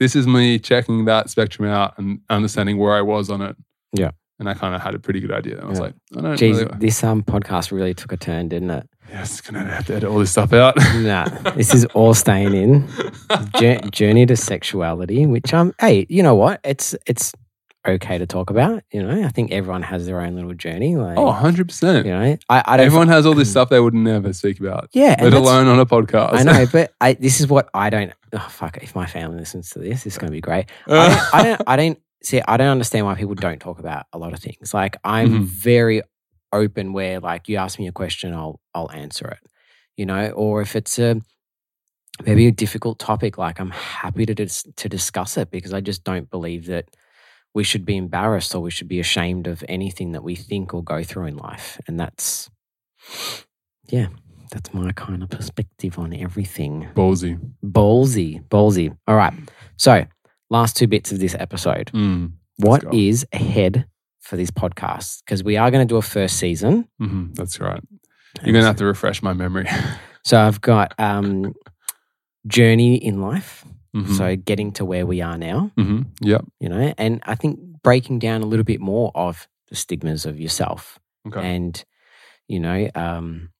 B: This is me checking that spectrum out and understanding where I was on it.
A: Yeah.
B: And I kind of had a pretty good idea. I was
A: Yeah.
B: like, I don't
A: jeez,
B: really.
A: this um podcast really took a turn, didn't it?
B: Yes, gonna have to edit all this stuff out.
A: Nah, this is all staying in. Jour- journey to sexuality, which um, hey, you know what? It's it's okay to talk about. You know, I think everyone has their own little journey. Like,
B: Oh, 100%.
A: you know, I, I don't.
B: Everyone has all this stuff they would never speak about,
A: yeah, and
B: let
A: that's-
B: alone on a podcast.
A: I know, but I, this is what I don't. Oh fuck! If my family listens to this, it's going to be great.
B: Uh.
A: I don't, I don't. I don't see. I don't understand why people don't talk about a lot of things. Like I'm
B: Mhm.
A: very open. Where like you ask me a question, I'll I'll answer it. You know, or if it's a maybe a difficult topic, like I'm happy to dis- to discuss it because I just don't believe that we should be embarrassed or we should be ashamed of anything that we think or go through in life, and that's yeah. That's my kind of perspective on everything.
B: Ballsy.
A: Ballsy, ballsy. All right. So, last two bits of this episode.
B: Mm.
A: What
B: go.
A: is ahead for this podcast? Because we are going to do a first season.
B: hmm That's right. You're going to have to refresh my memory.
A: So, I've got um, journey in life.
B: Mhm.
A: So, getting to where we are now,
B: hmm Yep.
A: you know, and I think breaking down a little bit more of the stigmas of yourself
B: Okay.
A: and, you know, um,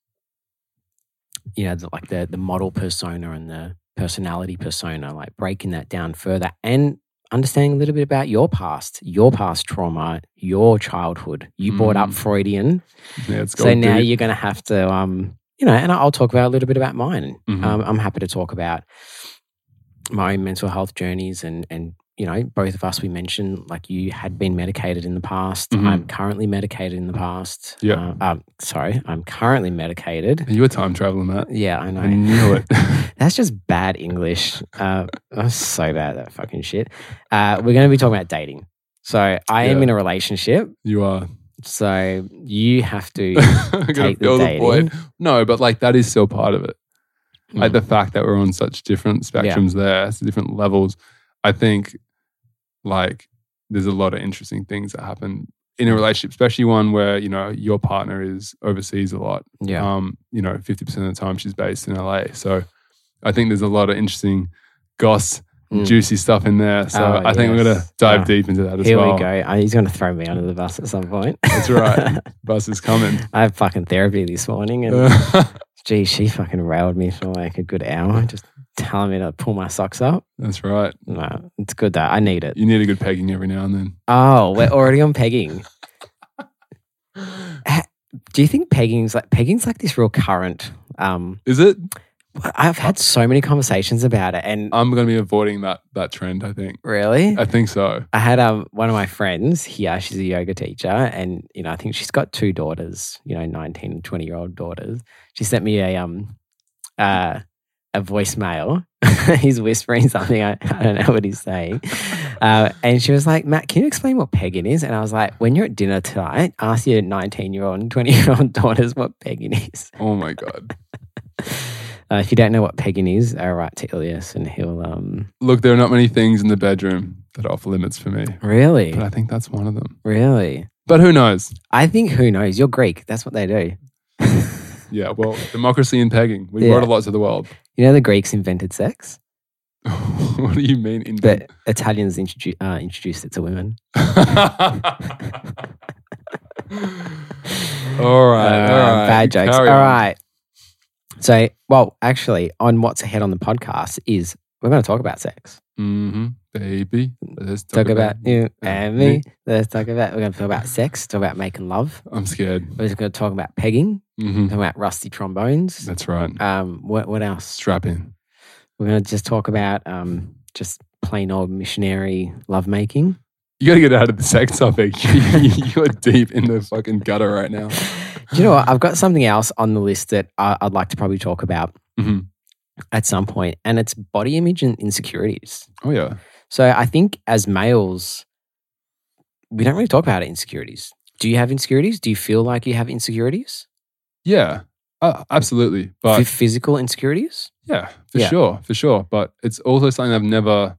A: you know, the, like the the model persona and the personality persona, like breaking that down further and understanding a little bit about your past, your past trauma, your childhood. You brought up
B: Mm.
A: Freudian,
B: yeah, it's
A: so now you're going to have to, um, you know, and I'll talk about a little bit about mine.
B: Mhm.
A: Um, I'm happy to talk about my own mental health journeys and and you know both of us we mentioned like you had been medicated in the past
B: Mhm.
A: i'm currently medicated in the past
B: Yeah.
A: Uh, um, sorry i'm currently medicated
B: you were time traveling, Matt.
A: yeah i know
B: I knew it.
A: that's just bad english uh, i'm so bad at that fucking shit uh, we're going to be talking about dating so i am
B: Yeah.
A: in a relationship
B: you are.
A: so you have to
B: I'm gonna
A: take the
B: fill
A: dating
B: void. No, but like that is still part of it. Like
A: Mm.
B: the fact that we're on such different spectrums there, so different levels. I think like there's a lot of interesting things that happen
A: Hmm.
B: in a relationship, especially one where, you know, your partner is overseas a lot.
A: yeah
B: um, you know, 50% of the time she's based in LA. So I think there's a lot of interesting goss,
A: Mm.
B: juicy stuff in there. So
A: Oh,
B: I think we're going to
A: yes.
B: dive
A: Oh,
B: deep into that as
A: Here
B: well.
A: we go. Uh, He's going to throw me under the bus at some point.
B: That's right. Bus is coming.
A: I had fucking therapy this morning,
B: Uh.
A: and
B: That's
A: gee, she fucking railed me for like a good hour, just telling me to pull my socks up.
B: right.
A: No, it's good though. I need it.
B: You need a good pegging every now and then.
A: Oh, we're already on pegging. Do you think pegging's like pegging's like this real current? Um,
B: Is it?
A: I've had so many conversations about it, and
B: I'm going to be avoiding that that trend. I think.
A: really,
B: I think so.
A: I had um, one of my friends here. She's a yoga teacher, and you know, I think she's got two daughters. You know, nineteen and twenty year old daughters. She sent me a um, uh, a voicemail. he's whispering something. I, I don't know what he's saying. Uh, and she was like, "Matt, can you explain what pegging is?" And I was like, "When you're at dinner tonight, ask your nineteen year old and twenty year old daughters what pegging is.
B: Oh my god!
A: Uh, if you don't know what pegging is, uh, write to Ilias, and he'll um,
B: Look, there are not many things in the bedroom that are off limits for me,
A: really,
B: but I think that's one of them.
A: really."
B: But who knows?
A: I think who knows? You're Greek. That's what they do.
B: Yeah. Well, democracy and pegging. We
A: Yeah.
B: brought a lot to the world.
A: You know, the Greeks invented sex,
B: what do you mean? In
A: but Italians introdu- uh, introduced it to women.
B: all
A: Uh,
B: right, all right.
A: Bad jokes.
B: Carry
A: All
B: on.
A: right. So, well, actually, on what's ahead on the podcast is we're going to talk about sex.
B: Mhm, baby. Let's
A: Talk,
B: talk,
A: about, you and me.
B: me.
A: Let's talk about, we're going to talk about sex, talk about making love.
B: I'm scared.
A: We're just going to talk about pegging,
B: hmm
A: talk about rusty trombones.
B: That's right.
A: Um, what, what else?
B: Strap in.
A: We're going to just talk about um, just plain old missionary lovemaking.
B: You got to get out of the sex topic. You're deep in the fucking gutter right now.
A: Do you know what? I've got something else on the list that I, I'd like to probably talk about
B: Mhm.
A: at some point, and it's body image and insecurities.
B: Oh yeah.
A: So I think as males, we don't really talk about insecurities. Do you have insecurities? Do you feel like you have insecurities?
B: Yeah, uh, absolutely.
A: Phy-
B: But
A: Physical insecurities?
B: yeah, for
A: Yeah.
B: sure, for sure. But it's also something I've never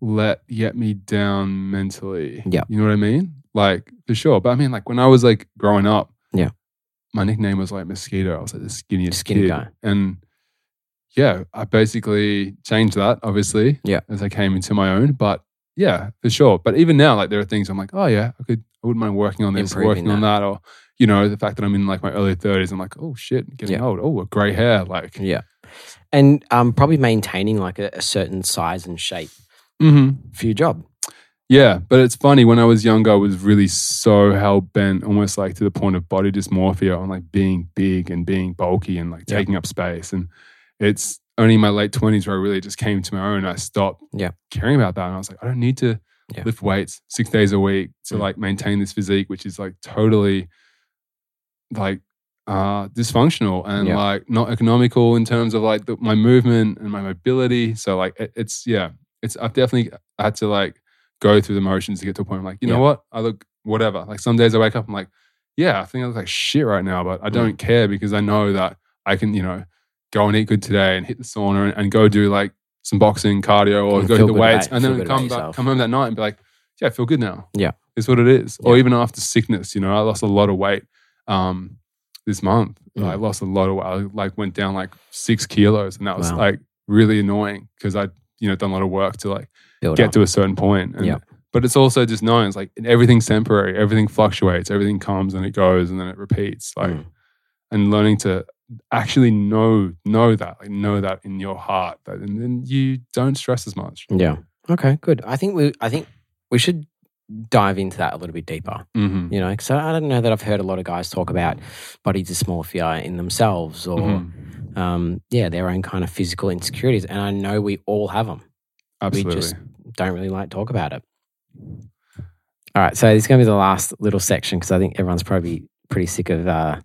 B: let get me down mentally.
A: Yeah.
B: you know what I mean? Like for sure. But I mean, like when I was like growing up,
A: Yeah.
B: my nickname was like mosquito. I was like the skinniest
A: Skinny
B: kid.
A: guy.
B: and yeah, I basically changed that obviously.
A: Yeah.
B: as I came into my own, but. Yeah, for sure. But even now, like there are things I'm like, oh yeah, I could, I wouldn't mind working on this,
A: Improving
B: working on that, or you know, the fact that I'm in like my early 30s, I'm like, oh shit, getting
A: Yeah.
B: old. Oh, gray hair. Like,
A: Yeah. And um, probably maintaining like a, a certain size and shape
B: hmm
A: for your job.
B: yeah. But it's funny. When I was younger, I was really so hell bent, almost like to the point of body dysmorphia on like being big and being bulky and like
A: Yeah.
B: taking up space. And it's only in my late 20s where I really just came to my own. I stopped
A: Yeah.
B: caring about that. And I was like, I don't need to
A: Yeah.
B: lift weights six days a week to
A: Mm.
B: like maintain this physique, which is like totally like uh dysfunctional and
A: Yeah.
B: like not economical in terms of like the, my movement and my mobility so like it, it's yeah it's i've definitely had to like go through the motions to get to a point where I'm like you
A: Yeah.
B: know what i look whatever like some days i wake up i'm like yeah i think i look like shit right now but i
A: Mm.
B: don't care because i know that i can you know go and eat good today and hit the sauna and, and go do like some boxing cardio or
A: And
B: go
A: feel
B: hit the
A: good
B: weights
A: about-
B: and
A: feel
B: then
A: good about
B: come back,
A: yourself.
B: come home that night and be like yeah i feel good now
A: Yeah.
B: it's what it is or
A: Yeah.
B: even after sickness you know i lost a lot of weight um this month.
A: Mm.
B: I lost a lot of weight. I like went down like six kilos, and that was
A: Wow.
B: like really annoying because I you know done a lot of work to like
A: Build
B: get
A: up.
B: to a certain point. And,
A: Yep.
B: But it's also just knowing it's like everything's temporary, everything fluctuates, everything comes and it goes, and then it repeats. Like
A: Mm.
B: and learning to actually know know that, like know that in your heart, that, and then you don't stress as much.
A: Yeah. Okay. Good. I think we. I think we should dive into that a little bit deeper.
B: Mm-hmm.
A: You know, so I don't know that I've heard a lot of guys talk about body dysmorphia in themselves or,
B: Mm-hmm.
A: um, yeah, their own kind of physical insecurities. And I know we all have them.
B: Absolutely.
A: just- Don't really like to talk about it. All right. So this is going to be the last little section because I think everyone's probably pretty sick of uh,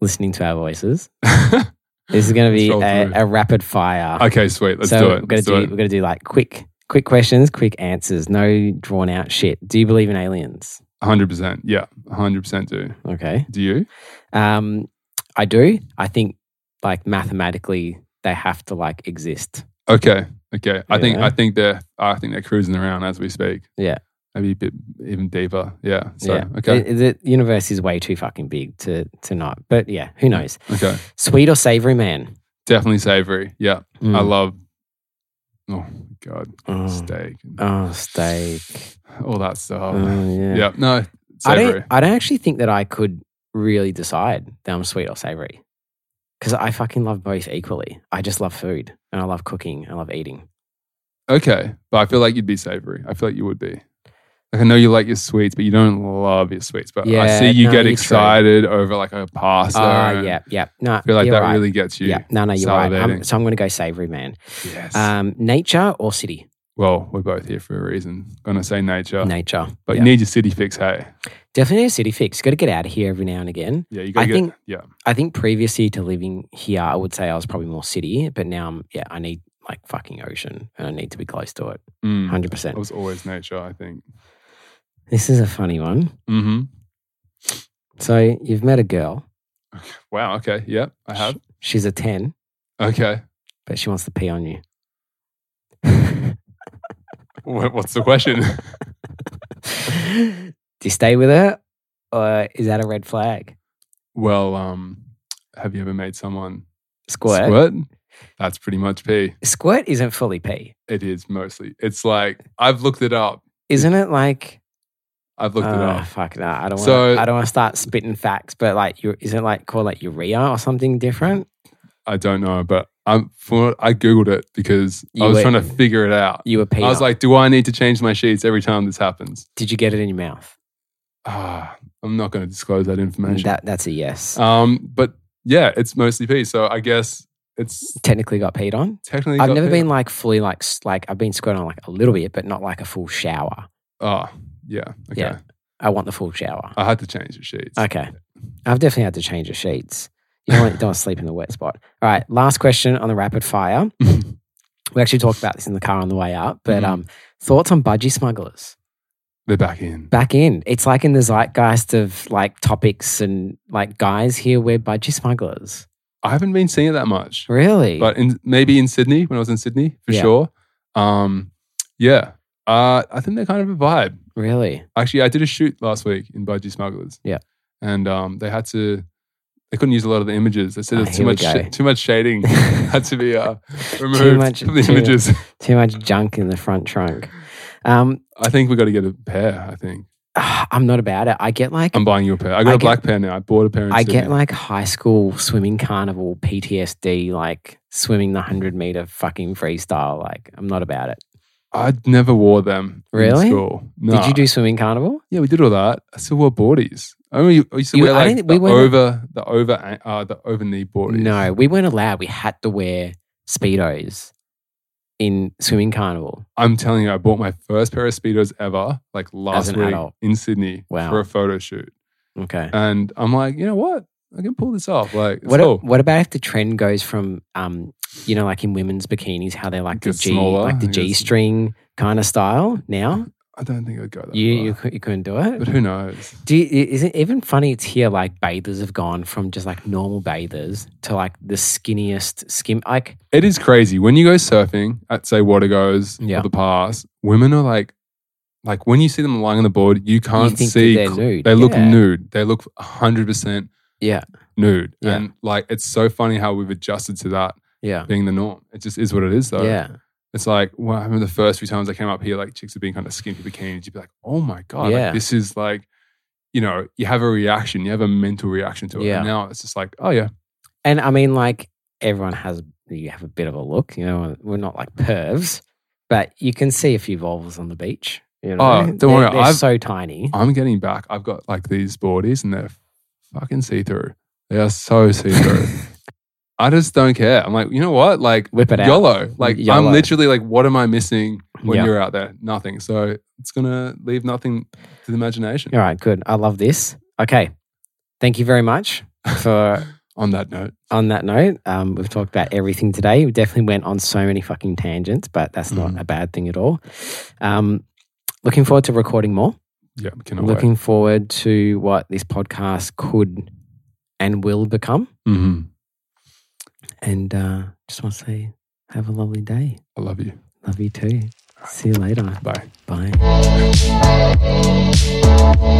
A: listening to our voices. This is going to
B: Let's
A: be
B: roll through.
A: a, a rapid fire
B: okay, sweet. Let's
A: so
B: do it.
A: we're gonna
B: Let's
A: do,
B: do it.
A: we're gonna do like quick quick questions, quick answers, no drawn out shit. Do you believe in aliens?
B: 100%. Yeah, 100% do.
A: Okay.
B: Do you?
A: Um I do. I think like mathematically they have to like exist.
B: Okay. Okay. I think
A: Yeah.
B: I think they're I think they're cruising around as we speak.
A: Yeah.
B: Maybe a bit even deeper. Yeah. So
A: yeah.
B: okay.
A: The, the universe is way too fucking big to to not. But yeah, who knows?
B: Okay.
A: Sweet or savory man?
B: Definitely savory. Yeah. I
A: Mm.
B: love oh God.
A: Oh.
B: Steak. and
A: Oh, steak.
B: All that stuff.
A: Oh, yeah.
B: yeah. No.
A: I don't
B: Savory.
A: I don't actually think that I could really decide that I'm sweet or savory. Because I fucking love both equally. I just love food and I love cooking. I love eating.
B: Okay. But I feel like you'd be savory. I feel like you would be. Like I know you like your sweets, but you don't love your sweets. But I
A: Yeah,
B: see you
A: no,
B: get
A: you're true.
B: excited over like a pasta.
A: Ah,
B: and
A: yeah, yeah. No,
B: I feel like
A: you're
B: that
A: right.
B: really gets you.
A: Yeah, no, no, you're right. I'm,
B: salivating.
A: so I'm going to go savory, man.
B: Yes.
A: Um, nature or city?
B: well, we're both here for a reason. Gonna say nature,
A: Nature.
B: but
A: Yeah.
B: you need your city fix. Hey,
A: Definitely a city fix. Got to get out of here every now and again.
B: yeah, you gotta
A: I
B: get.
A: think-
B: yeah,
A: I think previously to living here, I would say I was probably more city, but now I'm, yeah, I need like fucking ocean and I need to be close to it.
B: Mm.
A: 100%.
B: That was always nature. I think.
A: This is a funny one.
B: Mm-hmm.
A: So you've met a girl.
B: Wow. Okay. Yeah, I have.
A: She's a 10,
B: Okay.
A: but she wants to pee on you.
B: Wha- What's the question?
A: Do you stay with her or is that a red flag?
B: well, um, have you ever made someone
A: Squirt. Squirt,
B: squirt? That's pretty much pee.
A: isn't fully pee.
B: It is mostly. It's like I've looked it up.
A: Isn't it like
B: I've looked it
A: Ah,
B: up.
A: Fuck no, I don't want.
B: So-
A: to I don't want to start spitting facts, but like, you isn't it like called like urea or something different?
B: I don't know, but I'm for I googled it because I
A: You
B: was
A: were-
B: trying to figure it out.
A: You were peeing.
B: I was
A: on-
B: like, do I need to change my sheets every time this happens?
A: did you get it in your mouth?
B: Ah, I'm not going to disclose that information.
A: That that's a yes.
B: um, but yeah, it's mostly pee. So I guess it's
A: Technically got peed on.
B: technically.
A: I've
B: got
A: never
B: pee.
A: been like fully like s- like I've been squirting on like a little bit, but not like a full shower.
B: Oh, yeah. Okay.
A: Yeah. I want the full shower.
B: I had to change the sheets.
A: Okay, I've definitely had to change the sheets. You don't, want, you don't want to sleep in the wet spot. All right, last question on the rapid fire. We actually talked about this in the car on the way up, but
B: Mhm.
A: um, thoughts on budgie smugglers?
B: They're back in.
A: back in. It's like in the zeitgeist of like topics and like guys here we're budgie smugglers.
B: I haven't been seeing it that much,
A: Really?
B: but in, maybe in Sydney when I was in Sydney for
A: Yeah.
B: sure. Um, yeah. Uh, I think they're kind of a vibe.
A: really?
B: Actually, I did a shoot last week in Budgie Smugglers.
A: Yeah.
B: and um, they had to. They couldn't use a lot of the images. They said
A: Ah,
B: there's too
A: here we
B: much
A: go.
B: sh- too much shading had to be uh, removed
A: much-
B: from the
A: too-
B: images.
A: Too much junk in the front trunk. Um,
B: I think we got to get a pair. I think
A: ah, I'm not about it. I get like
B: I'm buying you a pair. I got a
A: I get-
B: black pair now. I bought a pair. In
A: I get
B: Sydney.
A: like high school swimming carnival PTSD, like swimming the hundred meter fucking freestyle. Like I'm not about it.
B: I never wore them.
A: Really?
B: In school. No.
A: Did you do swimming carnival?
B: Yeah, we did all that. I still wore boardies. I only I used to
A: You-
B: wear
A: I
B: like
A: don't think we
B: the
A: were-
B: over the over uh, the over knee boardies.
A: No, we weren't allowed. We had to wear speedos in swimming carnival.
B: I'm telling you, I bought my first pair of speedos ever, like last
A: an
B: week
A: adult.
B: in Sydney
A: Wow.
B: for a photo shoot,
A: Okay.
B: and I'm like, you know what? I can pull this off. Like, it's
A: What, a-
B: cool.
A: what about if the trend goes from, um, you know, like in women's bikinis, how they're like the
B: Gets
A: G,
B: smaller,
A: like the
B: I guess.
A: G string kind of style? Now
B: I don't think I'd go that
A: you you,
B: far.
A: cou- you couldn't do
B: but
A: it.
B: who knows?
A: Do you, i- is it even funny? It's here like bathers have gone from just like normal bathers to like the skinniest skim. Like
B: It is crazy when you go surfing at say water goes
A: Yeah.
B: or the pass. Women are like, like when you see them lying on the board, you can't
A: you think
B: see.
A: that
B: cl-
A: they're nude.
B: They look
A: Yeah.
B: nude. They look hundred percent
A: Yeah,
B: nude.
A: Yeah.
B: And like, it's so funny how we've adjusted to that
A: yeah,
B: being the norm. It just is what it is, though.
A: yeah.
B: It's like, well, I remember the first few times I came up here, like chicks have been kind of skinny bikinis. You'd be like, oh my God, like,
A: Yeah.
B: this is like, you know, you have a reaction, you have a mental reaction to it.
A: Yeah.
B: And now it's just like, oh yeah,
A: And I mean, like everyone has, you have a bit of a look. You know, we're not like pervs, but you can see a few vulvas on the beach. You know,
B: Oh, don't
A: They're-
B: worry,
A: They're
B: I've-
A: so tiny.
B: I'm getting back. I've got like these boardies and they're fucking see through. They are so see through. I just don't care. I'm like, you know what? Like,
A: Whip it out.
B: YOLO. Like,
A: YOLO.
B: I'm literally like, what am I missing when
A: Yeah.
B: you're out there? Nothing. So it's going to leave nothing to the imagination.
A: All right, good. I love this. Okay. Thank you very much for
B: On that note,
A: on that note. Um, we've talked about everything today. We definitely went on so many fucking tangents, but that's not
B: Mhm.
A: a bad thing at all. Um, looking forward to recording more.
B: yeah, cannot
A: looking forward to what this podcast could and will become.
B: wait. hmm
A: And uh, just want to say, have a lovely day.
B: I love you.
A: Love you too. See you later.
B: Bye.
A: Bye.